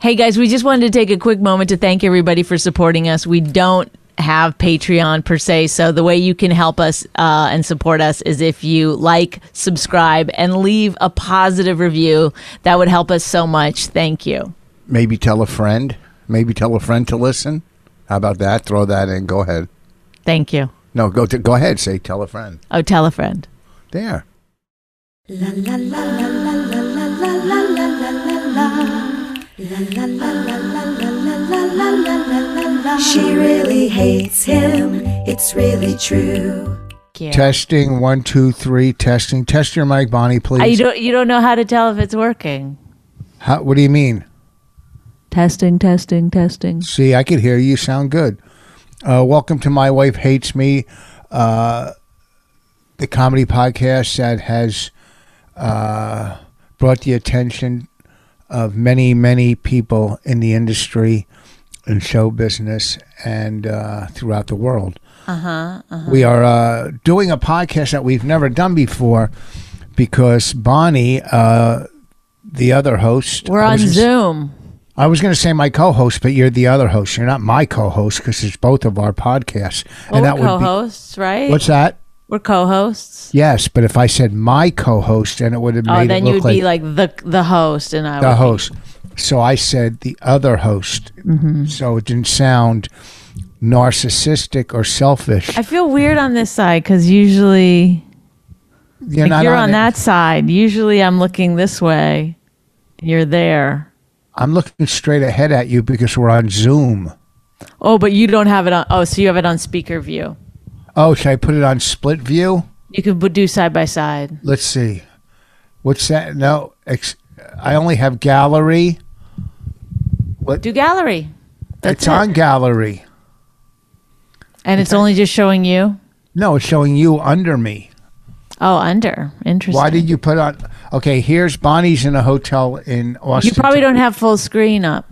Hey guys, we just wanted to take a quick moment to thank everybody for supporting us. We don't have Patreon per se, so the way you can help us uh, and support us is if you like, subscribe, and leave a positive review. That would help us so much. Thank you. Maybe tell a friend. Maybe tell a friend to listen. How about that? Throw that in. Go ahead. Thank you. No, go to, go ahead. Say tell a friend. Oh, tell a friend. There. She really hates him. It's really true. Yeah. Testing one two three. Testing. Test your mic, I, Bonnie, you please. don't you don't know how to tell if it's working. How, what do you mean? Testing, testing, testing. See, I could hear you. Sound good. Uh, welcome to My Wife Hates Me, uh, the comedy podcast that has uh, brought the attention of many, many people in the industry and show business and uh, throughout the world. Uh-huh, We are uh, doing a podcast that we've never done before because Bonnie, uh, the other host, We're I on was just- Zoom. I was going to say my co-host, but you're the other host. You're not my co-host because it's both of our podcasts, Well, we're would co-hosts, be right? what's that? we're co-hosts. Yes, but if I said my co-host, then it would have made Oh, it then look you would like, be like the the host, and I the would. host. So I said the other host, Mm-hmm. so it didn't sound narcissistic or selfish. I feel weird on this side because usually you're like, not you're on, it. that side. Usually I'm looking this way. You're there. I'm looking straight ahead at you because we're on Zoom. Oh, but you don't have it on. Oh, so you have it on speaker view. Oh, should I put it on split view? You could b- do side by side. let's see what's that no ex- i only have gallery Do gallery. That's it's it. on gallery And it's only just showing you. no it's showing you under me Oh, under. Interesting. why did you put on okay here's bonnie's in a hotel in austin You probably don't have full screen up.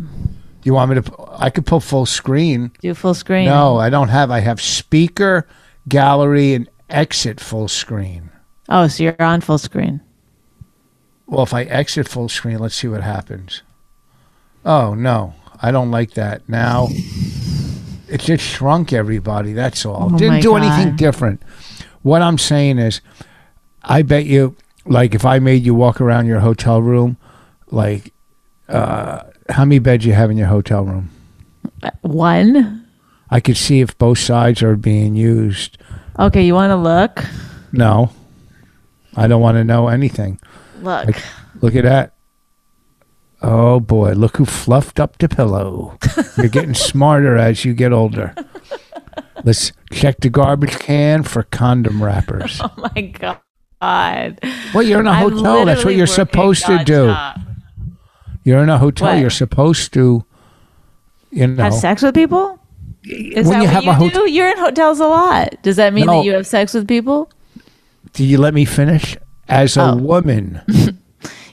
you want me to pu- i could put full screen Do full screen. no i don't have i have speaker gallery and exit full screen Oh, so you're on full screen. well if i exit full screen let's see what happens oh no i don't like that now it just shrunk everybody that's all Oh, my didn't do anything God. different what i'm saying is i bet you like if i made you walk around your hotel room like uh, how many beds you have in your hotel room One. i could see if both sides are being used Okay, you want to look? no i don't want to know anything Look. Like, look at that. Oh boy, look who fluffed up the pillow. You're getting smarter as you get older. Let's check the garbage can for condom wrappers. oh my god. Well, you're in a I'm hotel. That's what literally you're working supposed to do. nonstop. You're in a hotel. What? You're supposed to, you know. Have sex with people? Is When that you what have you a hotel- do? You're in hotels a lot. Does that mean No. that you have sex with people? Do you let me finish? As a Oh. woman,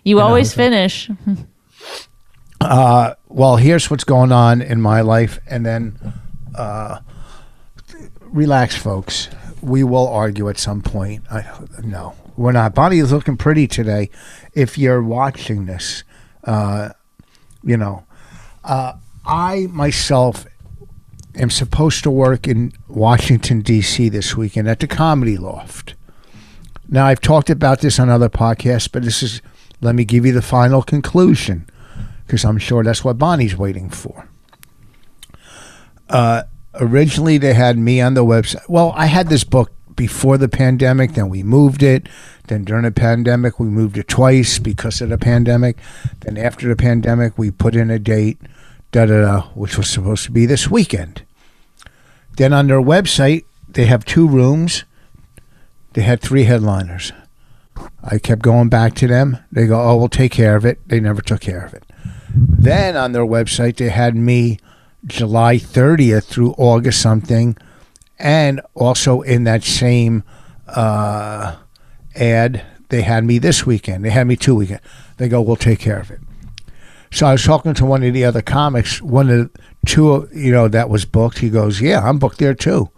You always finish. Mm-hmm. well, here's what's going on in my life, and then uh, relax, folks. We will argue at some point. I, no, we're not. Bonnie is looking pretty today. If you're watching this, uh, you know, uh, I myself am supposed to work in Washington D.C. this weekend at the Comedy Loft. Now, I've talked about this on other podcasts, but this is let me give you the final conclusion because I'm sure that's what Bonnie's waiting for. Uh, originally, they had me on the website. Well, I had this book before the pandemic, then we moved it. Then during the pandemic, we moved it twice because of the pandemic. Then after the pandemic, we put in a date, da da da, which was supposed to be this weekend. Then on their website, they have two rooms. They had three headliners. I kept going back to them. They go, "Oh, we'll take care of it." They never took care of it. Then on their website, they had me July 30th through August something. And also in that same uh, ad, they had me this weekend. They had me two weekend. They go, we'll take care of it. So I was talking to one of the other comics, one of the two, of- you know, that was booked. He goes, yeah, I'm booked there too.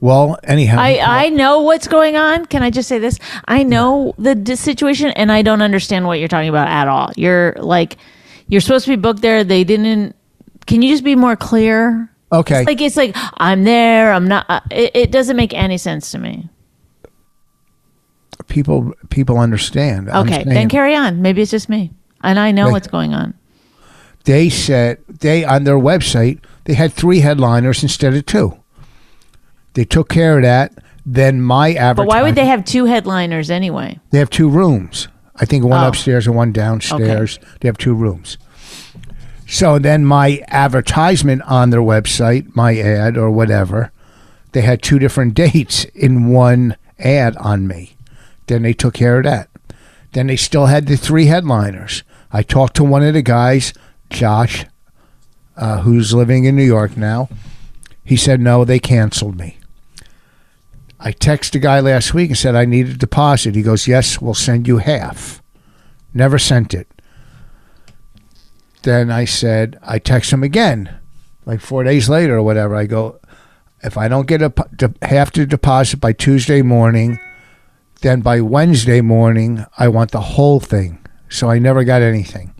Well, anyhow, I, I know what's going on. Can I just say this? I know the d- situation and I don't understand what you're talking about at all. You're like, You're supposed to be booked there. They didn't. Can you just be more clear? Okay. It's like it's like I'm there. I'm not. uh, It, it doesn't make any sense to me. people people understand. I'm Okay, saying then carry on. Maybe it's just me, and I know Wait. what's going on. they said they on their website they had three headliners instead of two. They took care of that. Then my But advertising. why would they have two headliners anyway? They have two rooms. I think one Oh. upstairs and one downstairs. They have two rooms. So then my advertisement on their website, my ad or whatever, they had two different dates in one ad on me. Then they took care of that. Then they still had the three headliners. I talked to one of the guys, Josh, uh, who's living in New York now. He said, no, they canceled me. I texted a guy last week and said I need a deposit. He goes, "Yes, we'll send you half." Never sent it. Then I said, I text him again, like four days later or whatever. I go, if I don't get a po- de- half the deposit by Tuesday morning, then by Wednesday morning I want the whole thing. So I never got anything.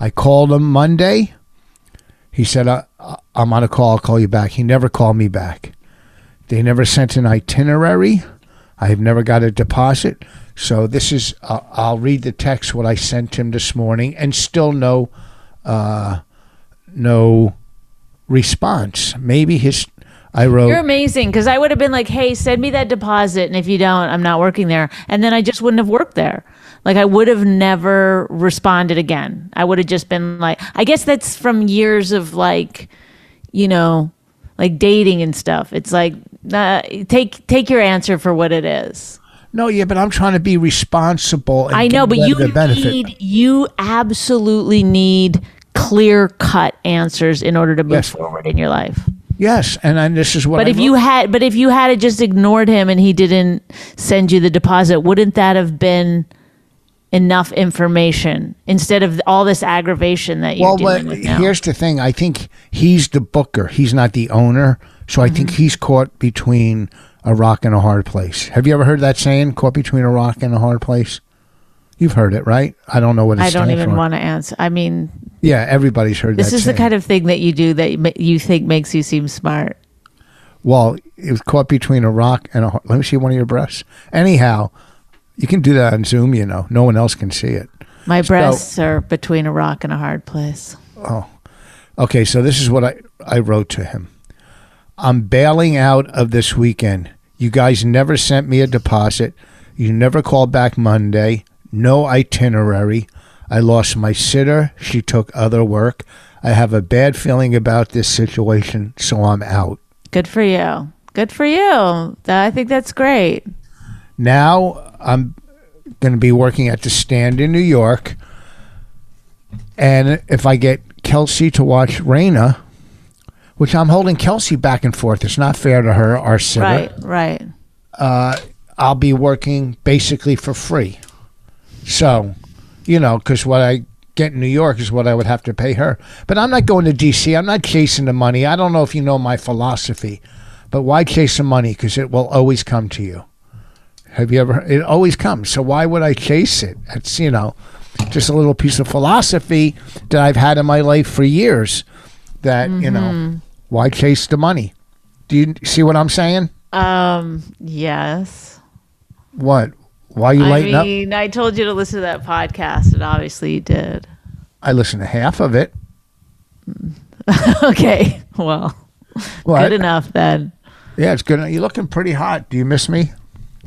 I called him Monday. He said, I, I- "I'm on a call. I'll call you back." He never called me back. They never sent an itinerary. I have never got a deposit. So this is, uh, I'll read the text what I sent him this morning, and still no, uh, no response. Maybe his, I wrote. You're amazing because I would have been like, "Hey, send me that deposit, and if you don't, I'm not working there." And then I just wouldn't have worked there. Like I would have never responded again. I would have just been like, "I guess that's from years of like, you know, like dating and stuff." It's like, nah, take take your answer for what it is. no, yeah, but I'm trying to be responsible. And I know, but give them you the benefit. need you absolutely need clear cut answers in order to move Yes. forward in your life. yes, and, and this is what. But I if you wrote. had, but if you had just ignored him and he didn't send you the deposit, wouldn't that have been enough information instead of all this aggravation that you're well, dealing but with now? here's the thing. I think he's the booker. He's not the owner. So I Mm-hmm. think he's caught between a rock and a hard place. Have you ever heard that saying? Caught between a rock and a hard place. You've heard it, right? I don't know what it I don't stands even for. want to answer. I mean, Yeah, everybody's heard this that. is the saying. kind of thing that you do that ma- you think makes you seem smart. Well, it was caught between a rock and a. hard. Let me see one of your breasts. Anyhow, you can do that on Zoom. You know, no one else can see it. My breasts are between a rock and a hard place. Oh. Okay, so this is what I, I wrote to him. I'm bailing out of this weekend. You guys never sent me a deposit. You never called back Monday. No itinerary. I lost my sitter. She took other work. I have a bad feeling about this situation, so I'm out. Good for you. Good for you. That- I think that's great. Now I'm going to be working at the stand in New York. And if I get Kelsey to watch Raina, which I'm holding Kelsey back and forth, it's not fair to her, our sitter. Right. Right. I'll be working basically for free. So, you know, because what I get in New York is what I would have to pay her. But I'm not going to D.C. I'm not chasing the money. I don't know if you know my philosophy, but why chase the money? Because it will always come to you. Have you ever? It always comes. So why would I chase it? It's you know, just a little piece of philosophy that I've had in my life for years. That you know, why chase the money? Do you see what I'm saying? Um. Yes. What? Why you lighten I up? mean, I told you to listen to that podcast, and obviously you did. I listened to half of it. Okay. Well, What? good enough then. Yeah, it's good. You're looking pretty hot. Do you miss me?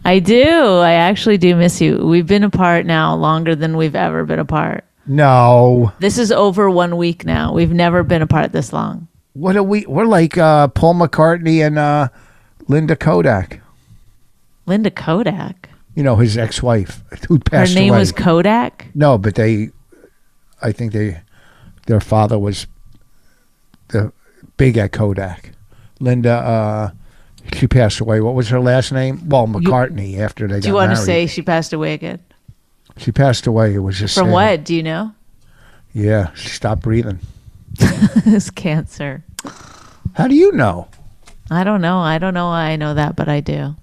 I do. I actually do miss you. We've been apart now longer than we've ever been apart. No. This is over one week now. We've never been apart this long. What are we? We're like uh, Paul McCartney and uh, Linda Kodak. Linda Kodak. You know his ex-wife who Her passed name away. was Kodak. no, but they, I think they, their father was the big at Kodak. Linda, uh, she passed away. What was her last name? Well, McCartney. after they got Do you want to married. say she passed away again? she passed away? It was just From sad. what? Do you know? Yeah, she stopped breathing. It's cancer. How do you know? I don't know. I don't know why I know that, but I do.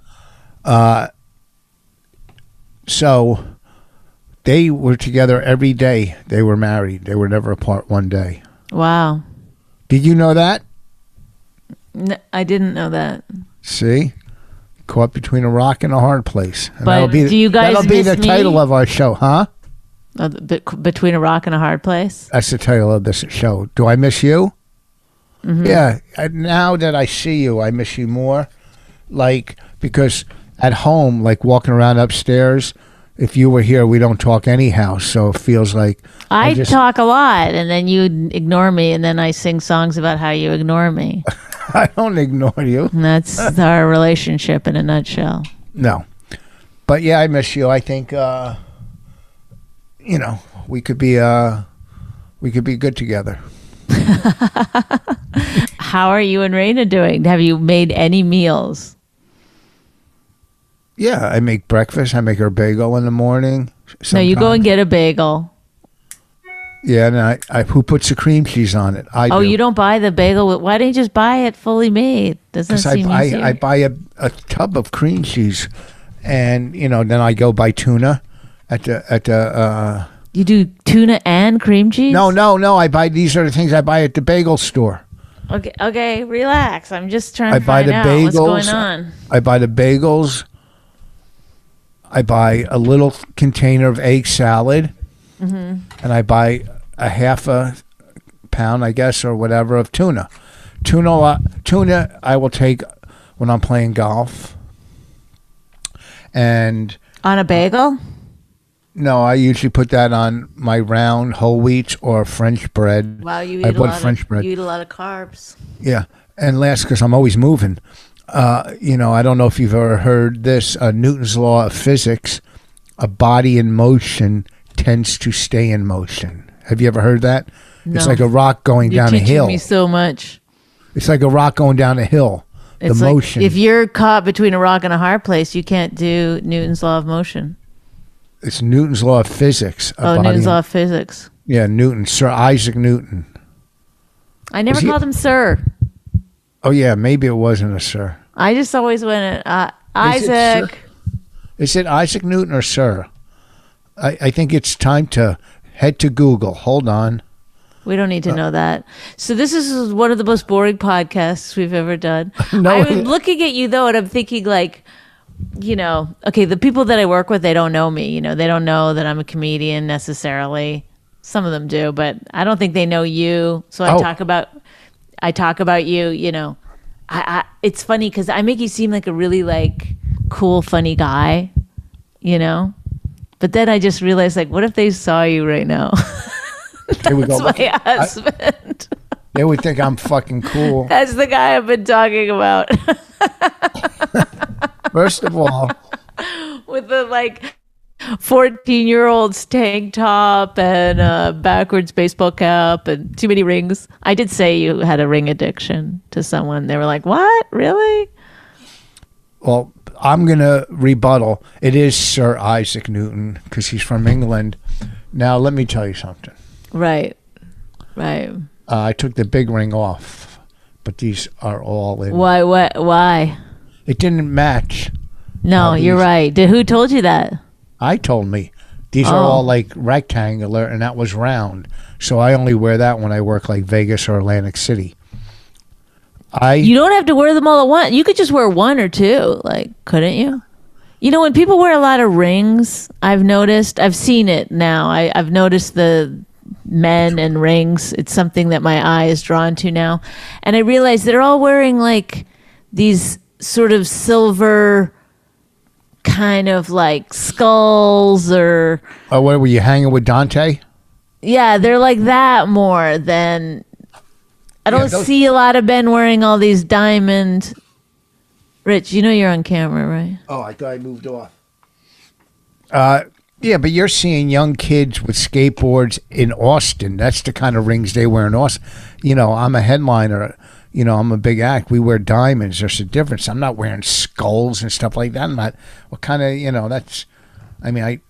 So They were together every day. They were married. They were never apart one day. Wow. Did you know that? N I didn't know that. See, caught between a rock and a hard place. And But that'll be do you guys that'll be miss the me? title of our show, huh? Oh, the- bet- between a rock and a hard place. That's the title of this show. Do I miss you? Mm-hmm. Yeah. And now that I see you, I miss you more. Like because at home, like walking around upstairs, if you were here, we don't talk anyhow. So it feels like I, just- talk a lot, and then you ignore me, and then I sing songs about how you ignore me. I don't ignore you. And that's our relationship in a nutshell. No. But yeah, I miss you. I think uh you know, we could be uh we could be good together. How are you and Raina doing? Have you made any meals? Yeah, I make breakfast. I make her bagel in the morning. No, you go sometimes. and get a bagel. Yeah, and I, I who puts the cream cheese on it? I Oh, do. you don't buy the bagel. with- Why didn't you just buy it fully made? Doesn't Because I, seem easier. I, I buy a, a tub of cream cheese, and you know, then I go buy tuna at the at the. Uh, you do tuna and cream cheese. no, no, no! I buy these are the things I buy at the bagel store. Okay, okay, relax. I'm just trying I to buy find the out bagels. what's going on. I buy the bagels. I buy a little container of egg salad, Mm-hmm. and I buy a half a pound, I guess, or whatever of tuna. Tuna, uh, tuna, I will take when I'm playing golf, and. On a bagel? No, I usually put that on my round whole wheats or French bread. Wow, you eat I a bought lot French of bread. you eat a lot of carbs. Yeah, and last because I'm always moving. Uh, you know, I don't know if you've ever heard this uh, Newton's law of physics: a body in motion tends to stay in motion. Have you ever heard that? No. It's like a rock going You're down a teaching hill. me so much. It's like a rock going down a hill. It's the like motion. If you're caught between a rock and a hard place, you can't do Newton's law of motion. it's Newton's law of physics. a Oh, body Newton's in- law of physics. Yeah, Newton, Sir Isaac Newton. I never Was he- called him sir. Oh yeah, maybe it wasn't a sir. I just always went uh, Is it sir? Isaac. Is it Isaac Newton or Sir? I, I think it's time to head to Google. Hold on. We don't Uh, need to know that. So this is one of the most boring podcasts we've ever done. No, I'm it- looking at you though, and I'm thinking like, you know, okay, the people that I work with, they don't know me. You know, they don't know that I'm a comedian necessarily. Some of them do, but I don't think they know you. So I Oh. talk about, I talk about you. You know, I, I it's funny because I make you seem like a really like cool, funny guy. You know, but then I just realized like, what if they saw you right now? They would, go, That's my husband. they would think I'm fucking cool. That's the guy I've been talking about First of all, with the like 14 year old's tank top and a backwards baseball cap and too many rings. I did say you had a ring addiction to someone. They were like, What? Really? well, I'm going to rebuttal. It is Sir Isaac Newton because he's from England. Now, let me tell you something. Right. Right. Uh, I took the big ring off, but these are all in. Why? What? Why? It didn't match. No, you're right. Did, who told you that? I told me. These are Oh. all like rectangular, and that was round. So I only wear that when I work like Vegas or Atlantic City. I You don't have to wear them all at once. You could just wear one or two, like, couldn't you? You know, when people wear a lot of rings, I've noticed, I've seen it now. I, I've noticed the men and rings. It's something that my eye is drawn to now. And I realize they're all wearing like these sort of silver kind of like skulls or oh, what were you hanging with Dante? yeah, they're like that more than I don't those- see a lot of men wearing all these diamond. Rich, you know you're on camera, right? Oh, I thought I moved off. Uh, yeah, but you're seeing young kids with skateboards in Austin. That's the kind of rings they wear in Austin. You know, I'm a headliner. You know, I'm a big act. We wear diamonds. There's a difference. I'm not wearing skulls and stuff like that. I'm not. What kind of you know? That's. I mean, I.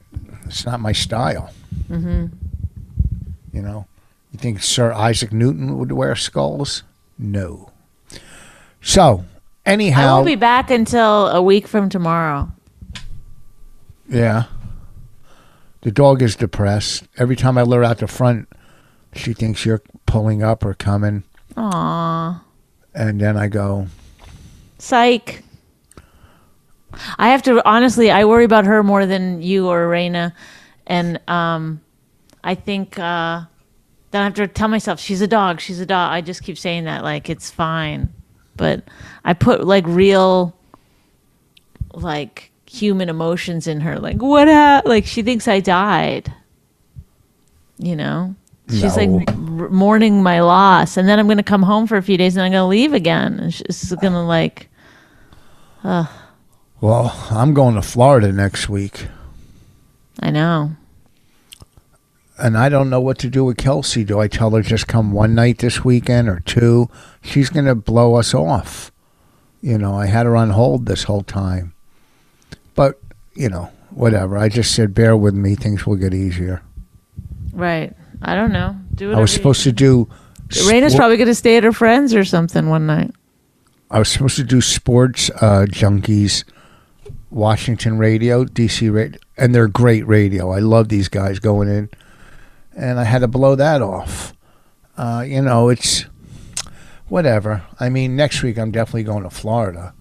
It's not my style. Mm-hmm. You know, you think Sir Isaac Newton would wear skulls? No. So, I anyhow, won't be back until a week from tomorrow. yeah. The dog is depressed. Every time I let her out the front, she thinks you're pulling up or coming. Aw. And then I go, Psych. I have to honestly I worry about her more than you or Raina. And um I think uh then I have to tell myself she's a dog, she's a dog. I just keep saying that like it's fine. But I put like real like human emotions in her like what hap- like she thinks I died. You know? She's No. like r- mourning my loss, and then I'm gonna come home for a few days, and I'm gonna leave again, and she's gonna like, Well, I'm going to Florida next week, I know. and I don't know what to do with Kelsey. Do I tell her just come one night this weekend or two? She's going to blow us off. You know, I had her on hold this whole time. But, you know, whatever. I just said, bear with me. Things will get easier. Right. I don't know. Do it. I was supposed to do. Raina's sport- probably going to stay at her friend's or something one night. I was supposed to do sports uh, junkies, Washington radio, DC radio, and they're great radio. I love these guys going in, and I had to blow that off. Uh, you know, it's whatever. I mean, next week I'm definitely going to Florida.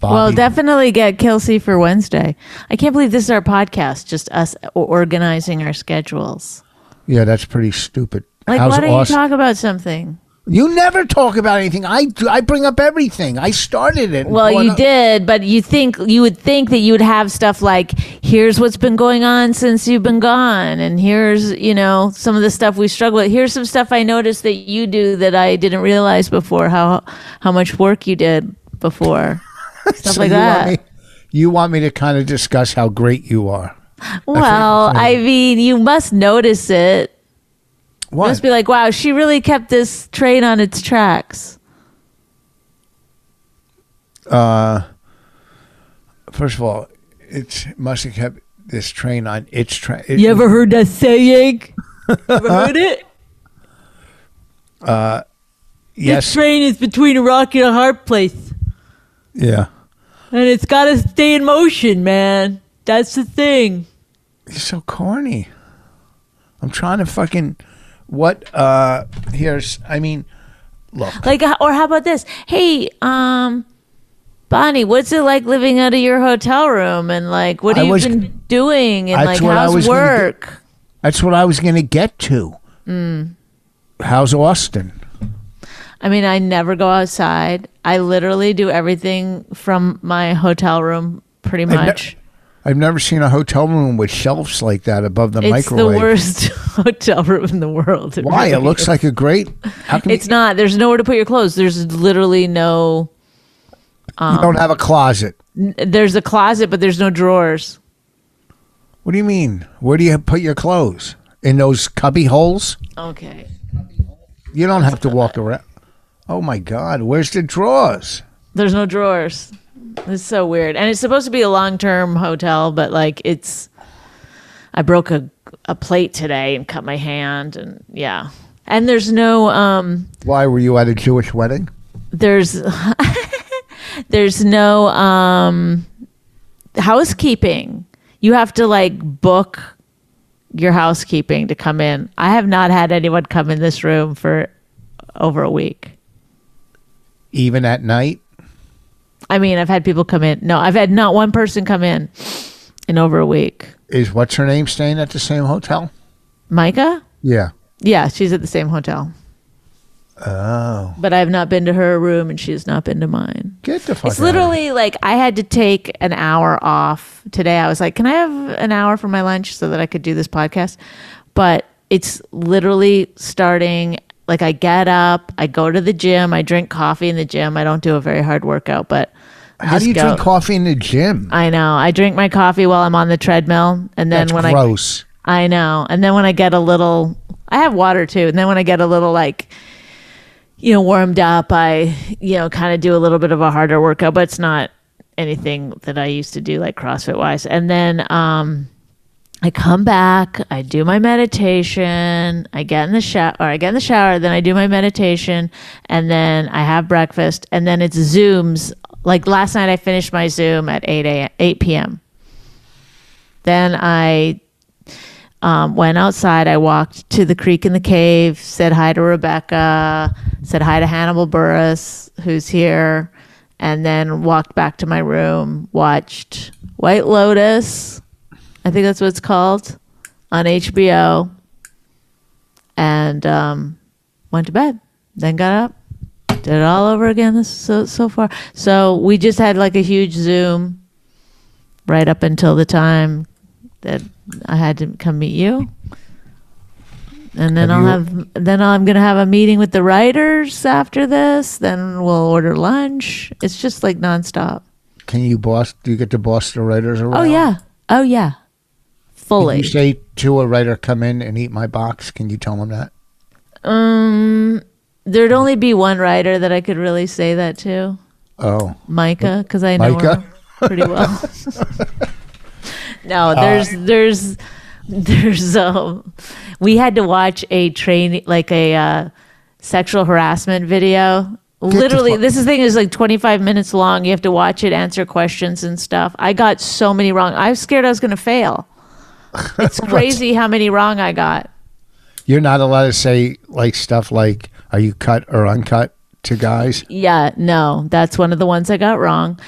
Bobby, Well, definitely get Kelsey for Wednesday. I can't believe this is our podcast, just us o- organizing our schedules. yeah, that's pretty stupid. Like, How's why don't Aust- you talk about something? You never talk about anything. I do- I bring up everything. I started it. Well, Why you not- did, but you think you would think that you would have stuff like here's what's been going on since you've been gone, and here's you know some of the stuff we struggle with. Here's some stuff I noticed that you do that I didn't realize before how how much work you did before stuff So like you that. Want me, you want me to kind of discuss how great you are? well, I mean, you must notice it. What? Must be like, wow, she really kept this train on its tracks. first of all, it must have kept this train on its train. You ever heard that saying? ever heard it? yes, This train is between a rock and a hard place. yeah. And it's got to stay in motion, man. That's the thing. You're so corny. I'm trying to fucking what? uh Here's, I mean, look. Like, or how about this? Hey, um, Bonnie, what's it like living out of your hotel room? And like, what I have you was- been doing? And That's like, what I how's was gonna do. work? That's what I was gonna get to. Mm. How's Austin? I mean, I never go outside. I literally do everything from my hotel room, pretty ne- much. I've never seen a hotel room with shelves like that above the it's the microwave. worst hotel room in the world. It Why? It really looks like a great. How come It's you, not. There's nowhere to put your clothes. There's literally no. you don't have a closet? There's a closet, but there's no drawers. What do you mean? Where do you put your clothes? In those cubby holes? Okay. You don't have to walk around. Oh my God, where's the drawers? There's no drawers. It's so weird. And it's supposed to be a long term hotel, but like it's. I broke a, a plate today and cut my hand, and yeah. And there's no um, Why were you at a Jewish wedding? there's there's no um housekeeping you have to like book your housekeeping to come in i have not had anyone come in this room for over a week Even at night? i mean i've had people come in no i've had not one person come in in over a week Is what's her name staying at the same hotel? micah Yeah. yeah she's at the same hotel Oh. but i've not been to her room and she has not been to mine Get the fuck It's literally like I had to take an hour off today. I was like, can I have an hour for my lunch so that I could do this podcast? But it's literally starting like I get up, I go to the gym, I drink coffee in the gym. I don't do a very hard workout, but I How just do you go- drink coffee in the gym? I know. I drink my coffee while I'm on the treadmill and then That's when I gross. I know. And then when I get a little, I have water too. And then when I get a little like, you know, warmed up, I, you know, kind of do a little bit of a harder workout, but it's not anything that I used to do like CrossFit wise. And then, um, I come back, I do my meditation, I get in the shower, or I get in the shower, then I do my meditation, and then I have breakfast, and then it's Zooms. Like last night, I finished my Zoom at 8 a.m., 8 p.m. Then I um, went outside. I walked to the creek in the cave, said hi to Rebecca, said hi to Hannibal Burris, who's here, and then walked back to my room, watched White Lotus. I think that's what it's called on HBO, and um, went to bed. Then got up, did it all over again. This so so far. So we just had like a huge Zoom right up until the time that I had to come meet you. And then Have I'll you- have then I'm gonna have a meeting with the writers after this. Then we'll order lunch. It's just like nonstop. Can you boss? Do you get to boss the writers around? Oh yeah. Oh yeah. If Fully. you say to a writer, "Come in and eat my box," can you tell them that? um there'd only be one writer that I could really say that to. Oh, Micah, because I know Micah? her pretty well. Uh, no, there's there's there's um we had to watch a train like a uh, sexual harassment video. the Literally, fuck- this is- thing is like 25 minutes long. You have to watch it, answer questions and stuff. I got so many wrong. I was scared I was going to fail. It's crazy how many wrong I got. you're not allowed to say like stuff like "Are you cut or uncut?" to guys. Yeah, no, that's one of the ones I got wrong.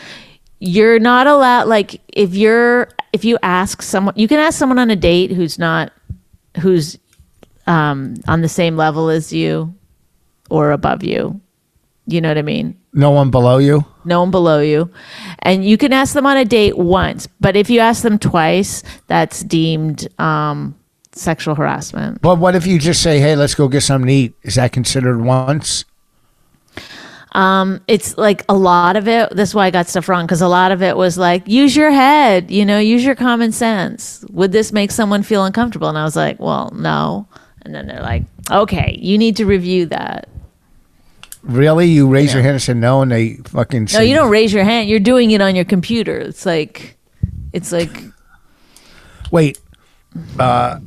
You're not allowed like if you're if you ask someone you can ask someone on a date who's not who's um on the same level as you or above you. You know what I mean? No one below you. No one below you. And you can ask them on a date once, but if you ask them twice, that's deemed um sexual harassment. But what if you just say, "Hey, let's go get something to eat"? Is that considered once? it's like a lot of it that's why i got stuff wrong because a lot of it was like use your head you know use your common sense would this make someone feel uncomfortable and i was like well no and then they're like okay you need to review that Really? You raise your hand and say no, and they fucking. no you don't raise your hand you're doing it on your computer it's like it's like Wait. But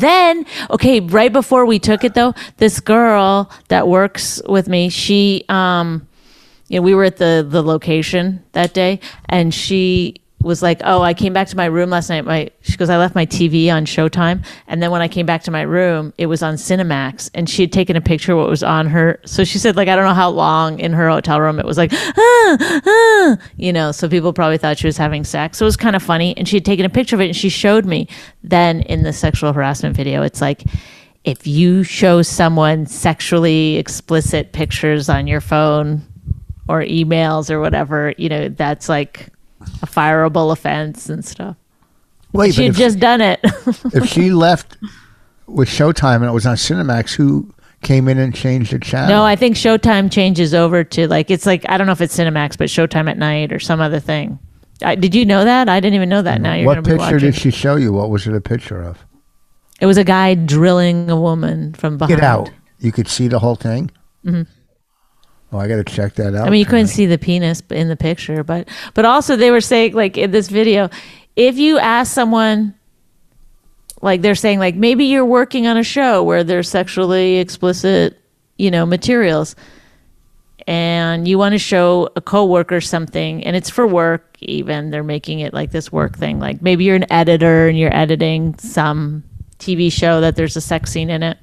then, okay, right before we took it though, this girl that works with me, she um you know, we were at the the location that day and she was like, "Oh, I came back to my room last night. My she goes, "I left my TV on Showtime, and then when I came back to my room, it was on Cinemax, and she had taken a picture of what was on her. So she said like, I don't know how long in her hotel room it was like, "Ah, ah," you know, so people probably thought she was having sex. So it was kind of funny, and she had taken a picture of it and she showed me. Then in the sexual harassment video, it's like if you show someone sexually explicit pictures on your phone or emails or whatever, you know, that's like a fireable offense and stuff. Wait. She but had if, just done it. if she left with Showtime and it was on Cinemax, who came in and changed the channel? no, I think Showtime changes over to like it's like I don't know if it's Cinemax, but Showtime at night or some other thing. I, did you know that? I didn't even know that. Now you're Mm-hmm. what gonna be picture watching. did she show you? What was it a picture of? it was a guy drilling a woman from behind. Get out. You could see the whole thing. Mm-hmm. Oh, I got to check that out. I mean, you couldn't see the penis b- in the picture, but but also they were saying like in this video, if you ask someone, like they're saying like maybe you're working on a show where there's sexually explicit, you know, materials, and you want to show a coworker something, and it's for work. Even they're making it like this work thing. Like maybe you're an editor and you're editing some TV show that there's a sex scene in it,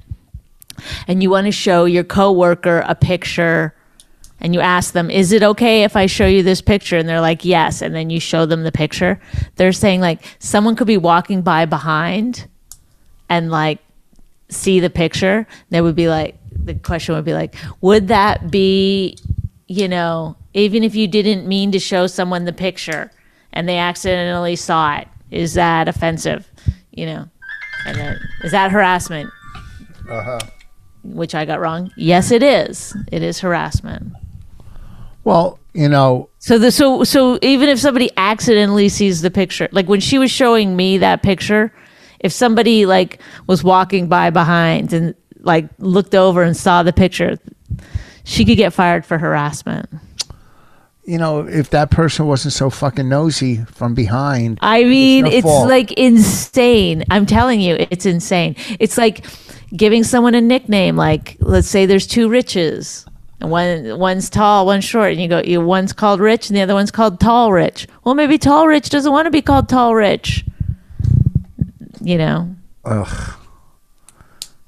and you want to show your coworker a picture and you ask them, "Is it okay if I show you this picture?" and they're like, "Yes," and then you show them the picture. They're saying like someone could be walking by behind and like see the picture. They would be like the question would be like, "Would that be, you know, even if you didn't mean to show someone the picture and they accidentally saw it, is that offensive?" You know. And then, is that harassment? Which I got wrong. Yes, it is. It is harassment. Well, you know, So the so so even if somebody accidentally sees the picture, like when she was showing me that picture, if somebody like was walking by behind and like looked over and saw the picture, she could get fired for harassment. you know, if that person wasn't so fucking nosy from behind, I mean, their it's fault. like insane. I'm telling you, it's insane. It's like giving someone a nickname. Like, let's say there's two riches, and one one's tall, one's short, and you go, you, one's called rich, and the other one's called tall rich. Well, maybe tall rich doesn't want to be called tall rich. You know, ugh,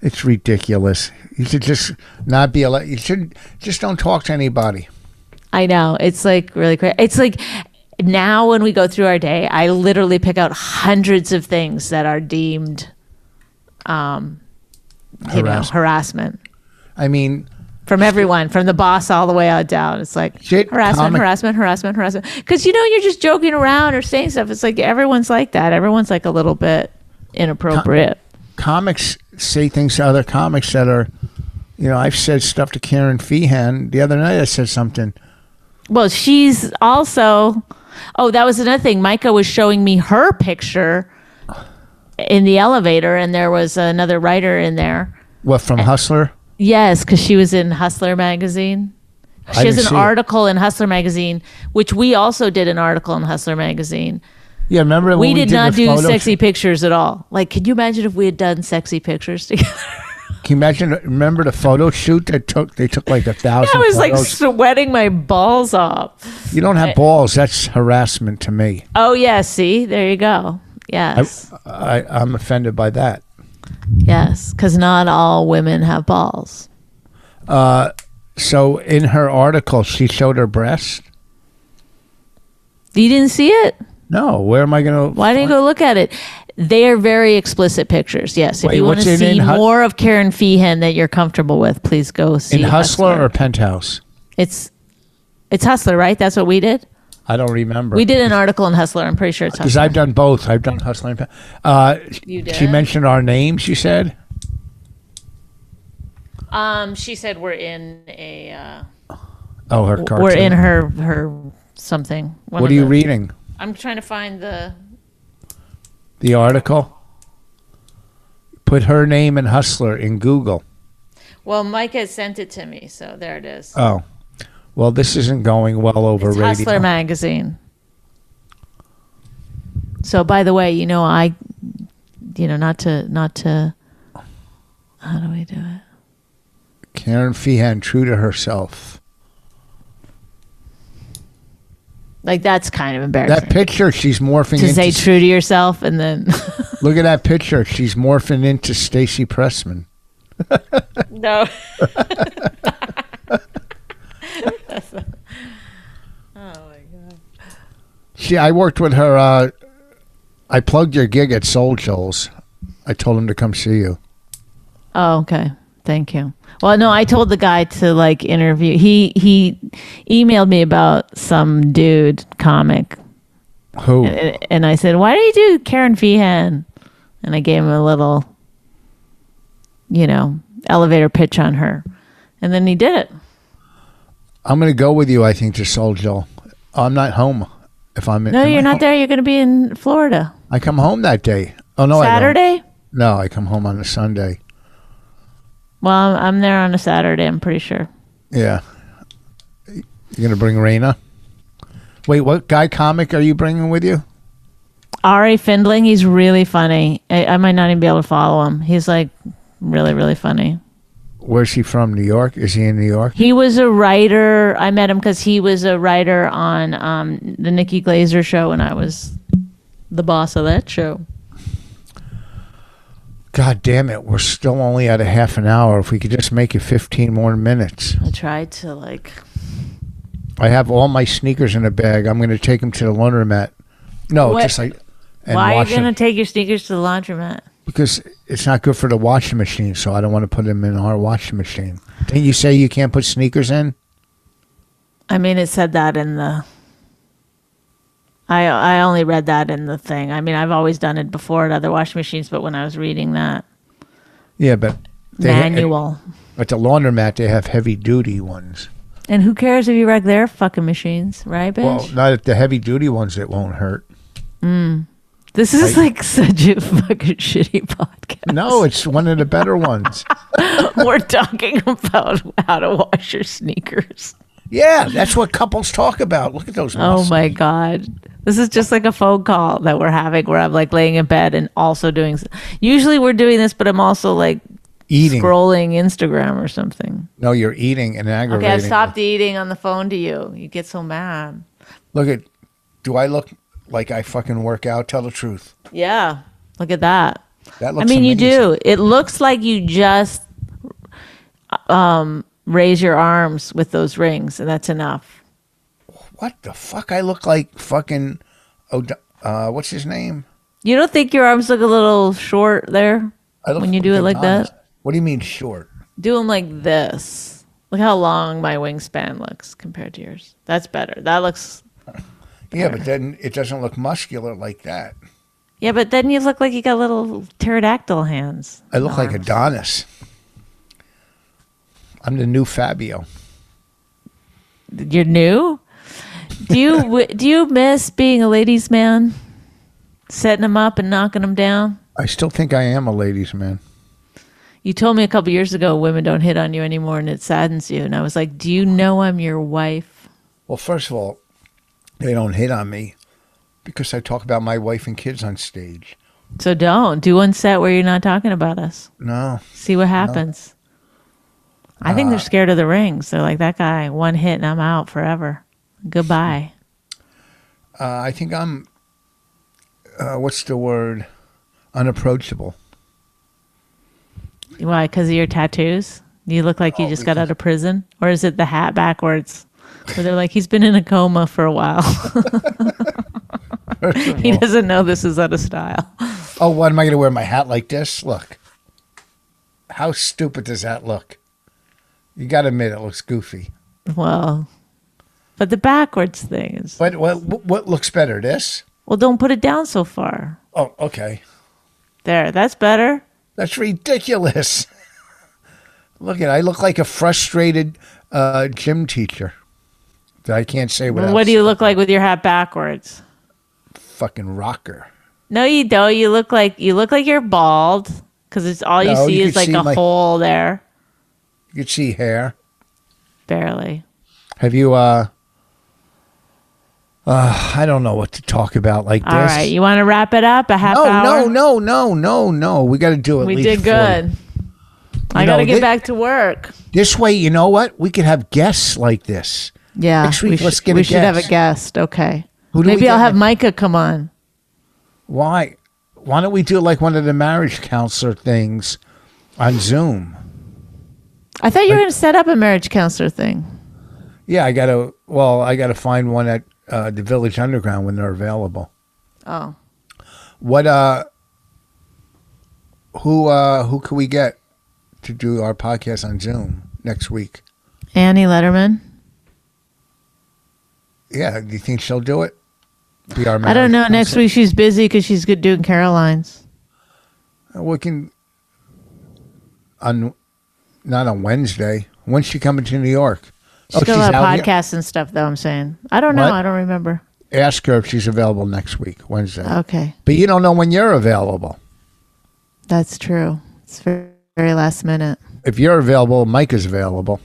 it's ridiculous. You should just not be allowed. You should just don't talk to anybody. I know. It's like really crazy. It's like now when we go through our day, I literally pick out hundreds of things that are deemed um you know, Harassment. harassment. I mean, From everyone, from the boss all the way out down. It's like Shit, harassment, comic- harassment, harassment, harassment. Because you know you're just joking around or saying stuff. It's like everyone's like that. Everyone's like a little bit inappropriate. comics say things to other comics that are, you know, I've said stuff to Karen Feehan the other night. I said something. Well, she's also. Oh, that was another thing. Micah was showing me her picture in the elevator, and there was another writer in there. What from Hustler? Yes, because she was in Hustler magazine. She didn't has see an it. article in Hustler magazine, which we also did an article in Hustler magazine. Yeah, remember when We did, not the do photo sexy pictures at all. Like, can you imagine if we had done sexy pictures together? Can you imagine? Remember the photo shoot that took? They took like a I thousand. was like photos. sweating my balls off. you don't have balls. That's harassment to me. Oh yeah, see, there you go. Yes. I, I'm offended by that. Yes, because not all women have balls. So in her article, she showed her breast. You didn't see it? No, where am I going to? Why didn't you go look at it? They are very explicit pictures. Yes. If Wait, you want to what's it see in Hus- more of Karen Feehan that you're comfortable with, please go see In Hustler, or Penthouse? It's it's Hustler, right? That's what we did. I don't remember. We did an article in Hustler. I'm pretty sure it's because Hustler. I've done both. I've done Hustler and Pen- uh, You She did? mentioned our name. She said, Um, she said we're in a uh, "Oh, her cartoon." we're in her her something. One What of are you the- reading? I'm trying to find the The article. Put her name and Hustler in Google. well. Mike has sent it to me, so there it is. Oh, well, this isn't going well over It's radio. Hustler magazine. So by the way, you know I, you know not to not to. How do we do it? Karen Feehan, true to herself. Like that's kind of embarrassing That picture, she's morphing to into. say true to yourself and then Look at that picture. She's morphing into Stacy Pressman. no. Oh She, I worked with her. Uh, I plugged your gig at Soul Joel's. I told him to come see you. Oh, okay. Thank you. Well, no, I told the guy to like interview. He he emailed me about some dude comic, Who? and, and I said, "Why do you do Karen Feehan?" And I gave him a little, you know, elevator pitch on her, and then he did it. I'm going to go with you. I think to Soul Joel. I'm not home. If I'm No, am you're I not home? there. You're going to be in Florida I come home that day. Oh no, I Saturday. don't. no, I come home on a Sunday. Well, I'm, I'm there on a Saturday. I'm pretty sure. Yeah. You're going to bring Raina. Wait, what guy comic are you bringing with you? Ari Findling, he's really funny. I, I might not even be able to follow him. He's like really, really funny. Where's he from? New York? Is he in New York? He was a writer. I met him because he was a writer on um, the Nikki Glazer show, and I was the boss of that show. God damn it! We're still only at a half an hour. If we could just make it 15 more minutes. I tried to like. I have all my sneakers in a bag. I'm going to take them to the laundromat. No, What- just like and why are wash you gonna them take your sneakers to the laundromat? because it's not good for the washing machine. So I don't want to put them in our washing machine. Didn't you say you can't put sneakers in? I mean, it said that in the. I I only read that in the thing. I mean, I've always done it before at other washing machines, but when I was reading that Yeah, but they manual. At the laundromat, they have heavy duty ones. And who cares if you wreck their fucking machines, right, bitch? Well, not at the heavy duty ones. It won't hurt. this is like such a fucking shitty podcast. No, it's one of the better ones. We're talking about how to wash your sneakers. Yeah, that's what couples talk about. Look at those. Oh muscles. my god. This is just like a phone call that we're having where I'm like laying in bed and also doing s- Usually we're doing this but I'm also like Eating. scrolling Instagram or something. No, you're eating and aggravating. Okay, I've stopped eating on the phone to you. You get so mad. Look at. Do I look like I fucking work out? Tell the truth. Yeah. Look at that. That I looks mean, you amazing. do. It looks like you just um, raise your arms with those rings, and that's enough. What the fuck? I look like fucking. Od- uh, what's his name? You don't think your arms look a little short there I look when you do it fucking like Thomas. that? What do you mean short? Do them like this. Look how long my wingspan looks compared to yours. That's better. That looks. Yeah, but then it doesn't look muscular like that. Yeah, but then you look like you got little pterodactyl hands. I look like Arms. Adonis. I'm the new Fabio. You're new. Do you w- do you miss being a ladies' man, setting them up and knocking them down? I still think I am a ladies' man. You told me a couple years ago women don't hit on you anymore, and it saddens you. And I was like, Do you know I'm your wife? Well, first of all, they don't hit on me because I talk about my wife and kids on stage. So don't do one set where you're not talking about us. No, See what happens. I think they're scared of the rings. They're like that guy. One hit and I'm out forever. Goodbye. uh, I think I'm. Uh, what's the word? Unapproachable. Why? Because of your tattoos? You look like you just got out of prison, or is it the hat backwards? Where they're like, he's been in a coma for a while. he doesn't know this is out of style. Oh, what am I going to wear my hat like this? Look. How stupid does that look? You got to admit it looks goofy. Well, but the backwards thing is But what what looks better, this? Well, don't put it down so far. Oh, okay. There, that's better. That's ridiculous. look at I look like a frustrated uh, gym teacher. That I can't say what What, else. do you look like with your hat backwards? fucking rocker? No, you don't. You look like you look like you're bald because it's all you No, see you is could like see a my- hole there, You could see hair. barely. Have you uh uh, I don't know what to talk about like this. Oh, All right, you want to wrap it up? A half no, hour. no, no, no, no, no. We got to do at we least did 40. good. I You got to know, get thi- back to work. This way, you know what? We could have guests like this. Yeah, Next week, we, let's should- get a we should have a guest. guest. Okay, Who do we maybe I'll get have next- Micah come on. Why? Why don't we do like one of the marriage counselor things on Zoom? I thought you were going to set up a marriage counselor thing. Yeah, I gotta. Well, I gotta find one at uh, the Village Underground when they're available. Oh, What? uh Who? uh Who could we get to do our podcast on Zoom next week? Annie Letterman. Yeah, do you think she'll do it? Be our I don't marriage know. Next counselor? week she's busy because she's good doing Caroline's. We can. On, not on Wednesday. When's she coming to New York? She's got a lot of Oh, out here? podcasts and stuff, though. I'm saying I don't know. What? I don't remember. ask her if she's available next week, Wednesday. Okay, But you don't know when you're available. that's true. It's very, very last minute. If you're available, Mike is available.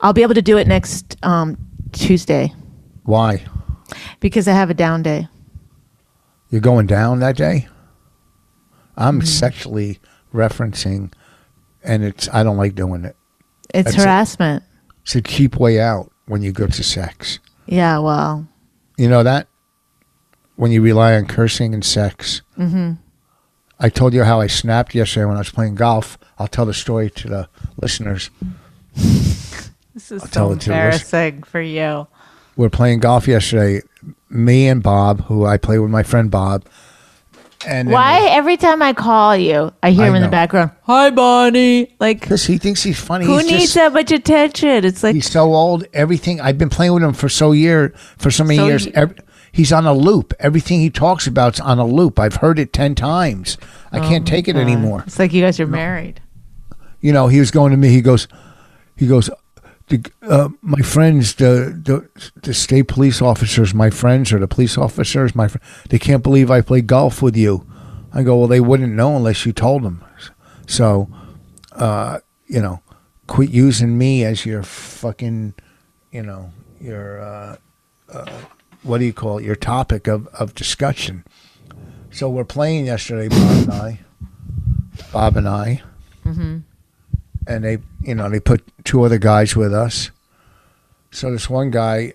I'll be able to do it next um, Tuesday Why? because I have a down day. You're going down that day? I'm Mm-hmm. sexually referencing, and it's I don't like doing it. It's That's it. harassment. It's a cheap way out when you go to sex. Yeah. Well, You know that? When you rely on cursing and sex. Mm-hmm. I told you how I snapped yesterday when I was playing golf. I'll tell the story to the listeners. this is tell so it to her. embarrassing for you. we're playing golf yesterday. Me and Bob, who I play with my friend Bob, and then- Why every time I call you, I hear I him in the know. background. Hi, Bonnie. Like, Because he thinks he's funny. who he's needs just- that much attention? It's like He's so old. Everything I've been playing with him for so year for so many So years. you- ev- he's on a loop. Everything he talks about's on a loop. I've heard it ten times. Oh I can't take it anymore. It's like you guys are married. you know, he was going to me. He goes, he goes, the, uh, my friends, the, the the state police officers, my friends, or the police officers, my fr- they can't believe I play golf with you. I go, well, they wouldn't know unless you told them. So, uh, you know, quit using me as your fucking, you know, your uh, uh, what do you call it? Your topic of of discussion. So we're playing yesterday, Bob and I. Bob and I Mm-hmm. and they you know they put two other guys with us so this one guy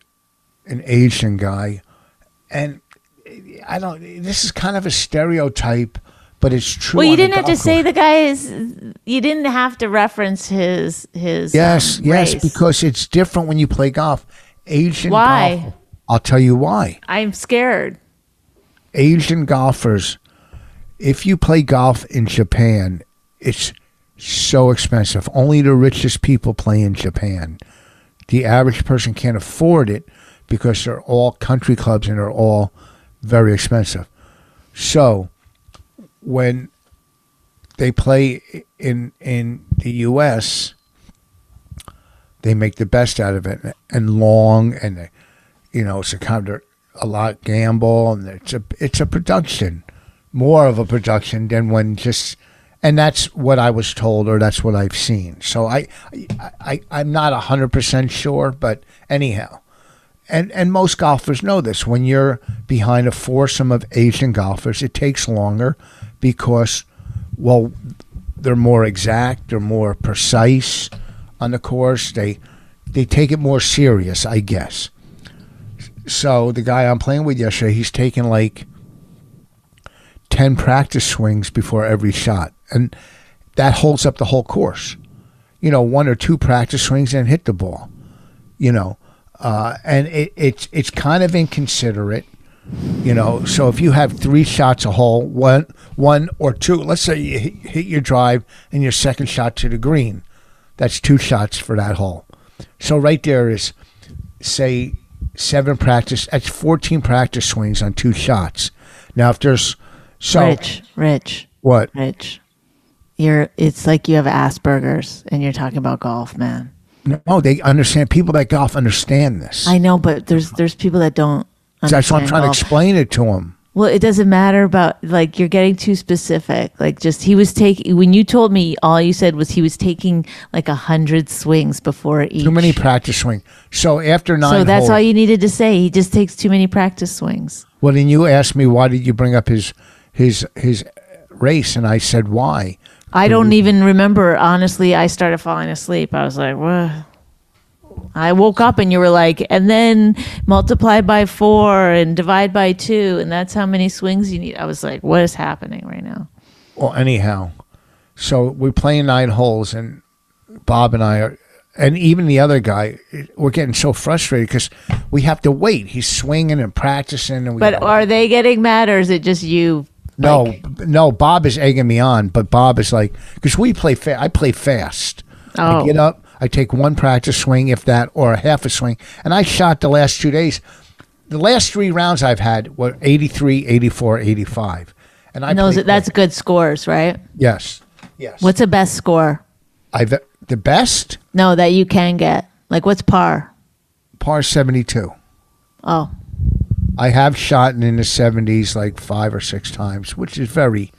an asian guy and I don't. This is kind of a stereotype, but it's true. Well, on you the didn't have to golf say course. the guy is. You didn't have to reference his his. Yes, um, yes, race. because it's different when you play golf. Asian Why? golf- I'll tell you why. I'm scared. Asian golfers, if you play golf in Japan, it's so expensive. Only the richest people play in Japan. The average person can't afford it because they're all country clubs and they're all very expensive. So when they play in in the US, they make the best out of it and long and they, you know it's a kind of a lot gamble and it's a it's a production more of a production than when just and that's what I was told or that's what I've seen so I I, I I'm not hundred percent sure but anyhow and and most golfers know this when you're behind a foursome of Asian golfers it takes longer because well they're more exact they're more precise on the course they they take it more serious I guess so the guy I'm playing with yesterday, he's taking like ten practice swings before every shot, and that holds up the whole course. You know, one or two practice swings and hit the ball. You know, uh, and it, it's it's kind of inconsiderate. You know, so if you have three shots a hole, one one or two, let's say you hit, hit your drive and your second shot to the green, that's two shots for that hole. So right there is say seven practice that's 14 practice swings on two shots now if there's so Rich, rich, what rich. You're. It's like you have Asperger's and you're talking about golf, man. no they understand people that golf understand this I know, but there's there's people that don't. So that's why i'm understand trying golf. to explain it to them Well, it doesn't matter about like you're getting too specific. Like just he was taking when you told me all you said was he was taking like a hundred swings before each. too many practice swings so after nine So that's holes, all you needed to say. He just takes too many practice swings. well then you asked me why did you bring up his his his race and i said why I don't even remember honestly. I started falling asleep. I was like, "What?" I woke up and you were like, and then multiply by four and divide by two, and that's how many swings you need. I was like, "What is happening right now?" Well, anyhow, so we're playing nine holes, and Bob and I are, and even the other guy, we're getting so frustrated because we have to wait. He's swinging and practicing, and we. But are they getting mad, or is it just you? no, like- b- no, Bob is egging me on, but Bob is like, because we play fast. I play fast. I Oh. get up. I take one practice swing, if that, or a half a swing, and I shot the last two days. The last three rounds I've had were 83, 84, 85. And I And those played that's quick. good scores, right? yes. Yes. What's the best score? I've the best No, that you can get. Like what's par? par 72. Oh, I have shot in the 70s like five or six times, which is very,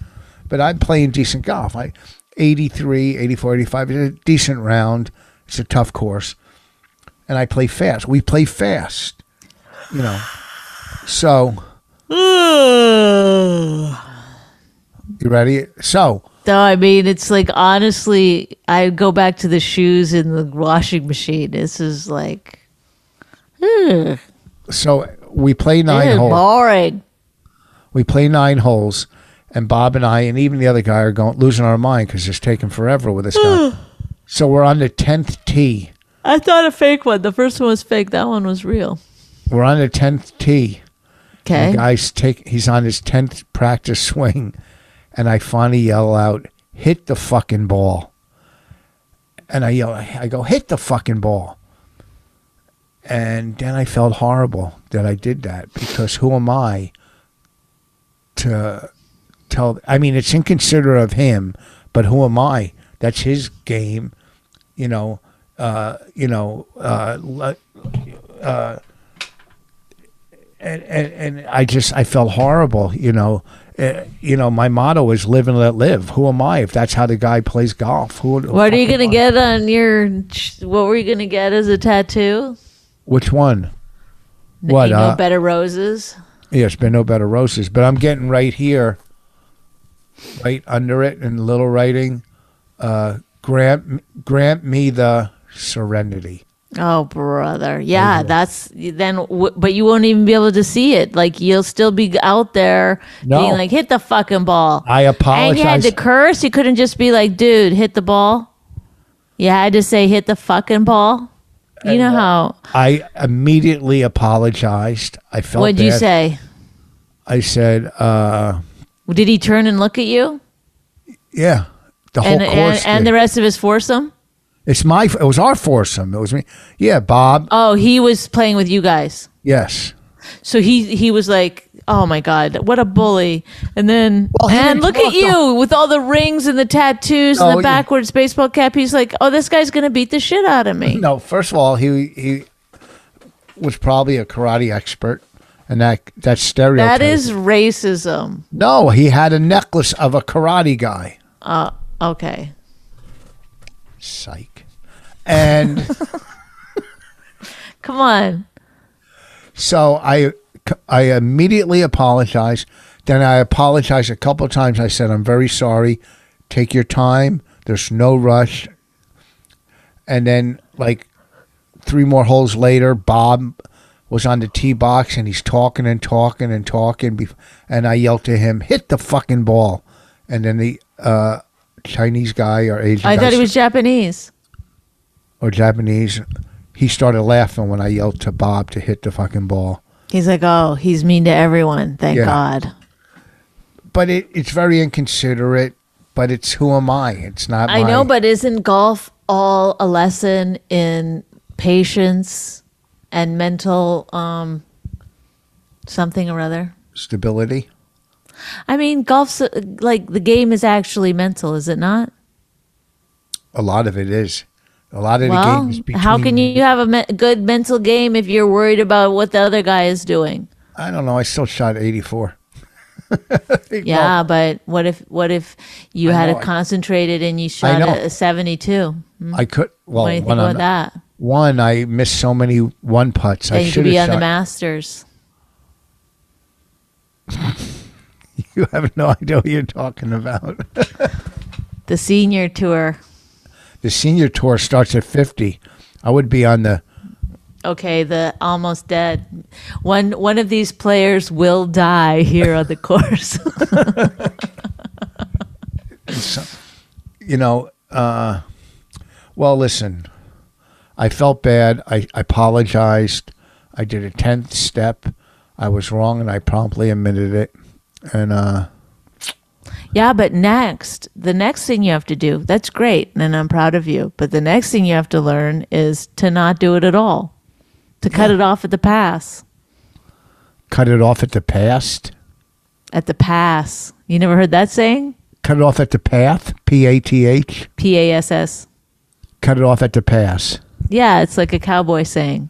but I'm playing decent golf. I 83, 84, 85 is a decent round. It's a tough course. And I play fast. We play fast, you know. So, you ready? So, No, I mean it's like honestly, I go back to the shoes in the washing machine. This is like ugh, so we play nine this is holes. boring. We play nine holes, and Bob and I, and even the other guy, are going losing our mind because it's taking forever with this guy. so we're on the tenth tee. I thought a fake one. The first one was fake. That one was real. We're on the tenth tee. Okay. The guy's take. He's on his tenth practice swing, and I finally yell out, "Hit the fucking ball!" And I yell, I go, "Hit the fucking ball!" And then I felt horrible that I did that because who am I to tell? I mean, it's inconsiderate of him, but who am I? That's his game, you know. Uh, you know, uh, le- and, and, and I just I felt horrible, you know. Uh, you know, my motto is live and let live. Who am I if that's how the guy plays golf? Who? what are you gonna get on your? What were you gonna get as a tattoo? Which one? What? You know, Uh, better roses. yeah, it's been no better roses, but I'm getting right here, right under it in little writing. Uh, grant grant me the serenity. Oh, brother. Yeah, that's then, w- but you won't even be able to see it. Like, you'll still be out there No. being like, hit the fucking ball. I And you had apologize. to curse. You couldn't just be like, dude, hit the ball. You had to say, hit the fucking ball. You uh, know how. I immediately apologized. I felt. What'd you bad. say? I said, uh, Did he turn and look at you? "Yeah." The whole And, course. and, and the did. rest of his foursome? it's my. It was our foursome. It was me. Yeah, Bob. Oh, he was playing with you guys. Yes. So he he was like, "Oh my god, what a bully!" And then Well, he and didn't look at talk you with all the rings and the tattoos No, and he- the backwards baseball cap. He's like, "Oh, this guy's gonna beat the shit out of me." No. First of all, he he was probably a karate expert, and that that stereotype. that is racism. no. He had a necklace of a karate guy. Okay, Psych. And. come on. So I I immediately apologized. Then I apologized a couple of times. I said, "I'm very sorry. Take your time. There's no rush." And then like three more holes later, Bob was on the tee box and he's talking and talking and talking. bef- And I yelled to him, "Hit the fucking ball!" And then the uh, Chinese guy or Asian I guy thought he s- was Japanese. or Japanese, he started laughing when I yelled to Bob to hit the fucking ball. He's like, "Oh, he's mean to everyone." Thank Yeah. God. but it, it's very inconsiderate. But it's who am I? It's not. I my- know, but isn't golf all a lesson in patience and mental um something or other? stability. I mean, golf's uh, like the game is actually mental, is it not? A lot of it is. A lot of the Well, game is between. how can you have a me- good mental game if you're worried about what the other guy is doing? I don't know. I still shot eighty four. Yeah, but what if what if you I had know, I- it concentrated and you shot know. a, a 72? I could. um, Well, what do you think one, about on, that? one. I missed so many one putts. I Then you could should be have on shot. the Masters. You have no idea what you're talking about. The senior tour. the senior tour starts at fifty. I would be on the. Okay, the almost dead. One one of these players will die here on the course. You know. Uh, well, listen. I felt bad. I, I apologized. I did a tenth step. I was wrong, and I promptly admitted it. And uh, Yeah, but next, the next thing you have to do, that's great, and I'm proud of you. But the next thing you have to learn is to not do it at all, to cut it off at the pass. cut it off at the past. At the pass. You never heard that saying? Cut it off at the path. P A T H. P A S S. Cut it off at the pass. Yeah, it's like a cowboy saying.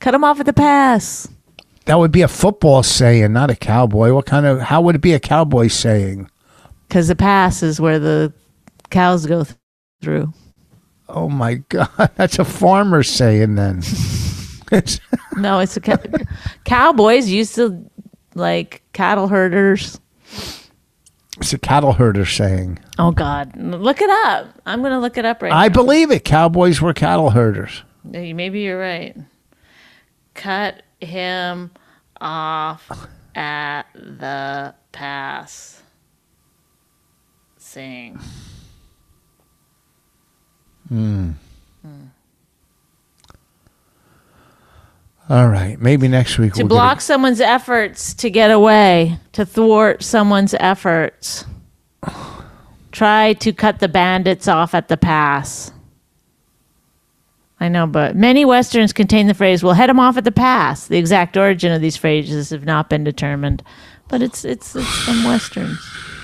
Cut them off at the pass. That would be a football saying, not a cowboy. What kind of? How would it be a cowboy saying? Because the pass is where the cows go th- through. Oh my God, that's a farmer saying then. It's- No, it's a cow- cowboys used to like cattle herders. it's a cattle herder saying. Oh God, look it up. I'm gonna look it up right I believe it. Cowboys were cattle herders. Hey, Maybe you're right. Cut him off at the pass. Sing. All right, maybe next week To we'll get block someone's efforts to get away, to thwart someone's efforts. Try to cut the bandits off at the pass. I know, but many Westerns contain the phrase, we'll head them off at the pass. The exact origin of these phrases have not been determined, but it's, it's, it's from Westerns. a-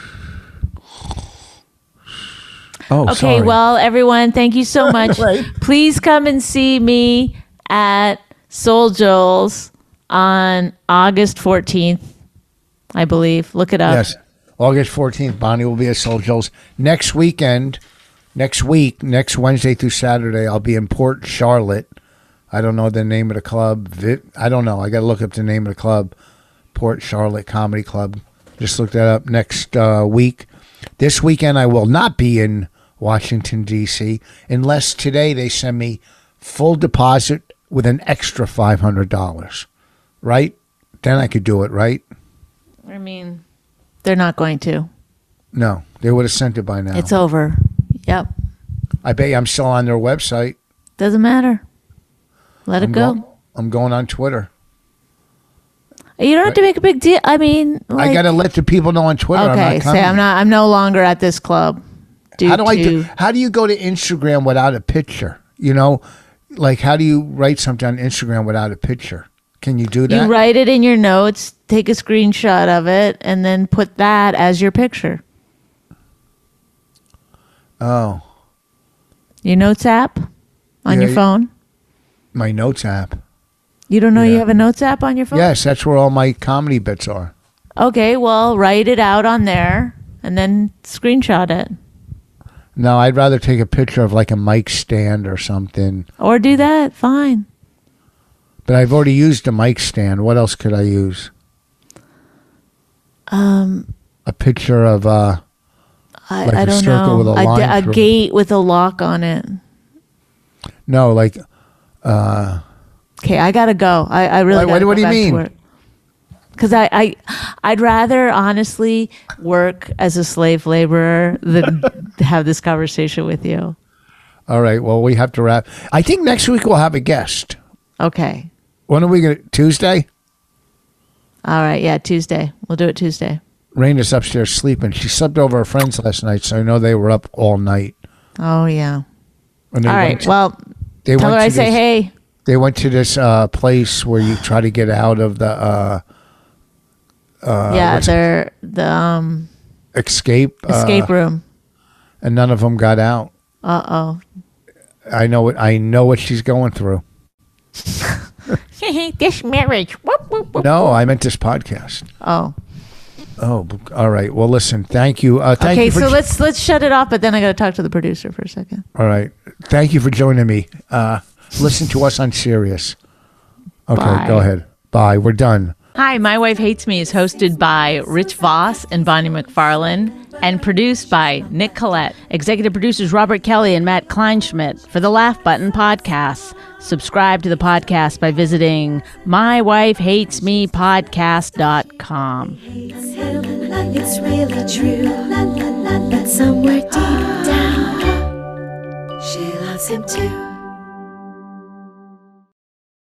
Oh, Okay, sorry. well, everyone, thank you so much. Please come and see me at Soul Joel's on August 14th, I believe. Look it up. Yes. August 14th, Bonnie will be at Soul Joe's. Next weekend, next week, next Wednesday through Saturday, I'll be in Port Charlotte. I don't know the name of the club. Vi- I don't know. I got to look up the name of the club. Port Charlotte Comedy Club. Just look that up next uh, week. This weekend, I will not be in Washington, D.C., unless today they send me full deposit with an extra five hundred dollars, right? Then I could do it, right? I mean, they're not going to. No, they would have sent it by now. It's over. Yep. I bet you I'm still on their website. Doesn't matter. Let I'm it go. Going, I'm going on Twitter. You don't have to make a big deal. I mean, like, I got to let the people know on Twitter. I'm okay. not say coming. I'm not. I'm no longer at this club. Due How do I to, do? How do you go to Instagram without a picture? You know, like how do you write something on Instagram without a picture? Can you do that? You write it in your notes, take a screenshot of it, and then put that as your picture. Oh, Your notes app on Yeah, your you- phone. my notes app. You don't know you Yeah. have a notes app on your phone? Yes, that's where all my comedy bits are. Okay, well, write it out on there and then screenshot it. No, I'd rather take a picture of like a mic stand or something. Or do that. Fine. But I've already used a mic stand. What else could I use? Um, A picture of uh I, Like I a don't circle know. with a A d- line a through it. gate with a lock on it. no, like Okay, I gotta go. I, I really. Why- why- gotta what do you mean? Because I, I, I'd rather honestly work as a slave laborer than have this conversation with you. all right, well we have to wrap. I think next week we'll have a guest. Okay. When are we going to Tuesday? All right. Yeah. Tuesday. We'll do it Tuesday. Rain is upstairs sleeping. She slept over her friends last night, so I know they were up all night. Oh yeah. And they All went right. to- Well, they tell her went I to say this- hey. They went to this uh, place where you try to get out of the uh, yeah. what's- They're the um, escape uh, escape room. and none of them got out. Uh oh. I know what I know what she's going through. this marriage. Whoop, whoop, whoop. No, I meant this podcast. Oh. Oh, b- all right. Well, listen. Thank you. Uh, thank Okay. you for So jo- let's let's shut it off. But then I gotta talk to the producer for a second. All right. Thank you for joining me. Uh, listen to us on Sirius. Okay, Bye. go ahead. Bye. We're done. Hi, My Wife Hates Me is hosted by Rich Voss and Bonnie McFarlane and produced by Nick Collette. Executive producers Robert Kelly and Matt Kleinschmidt for the Laugh Button Podcast. Subscribe to the podcast by visiting mywifehatesmepodcast.com. hates him. It's really true. But somewhere deep down, she loves him too.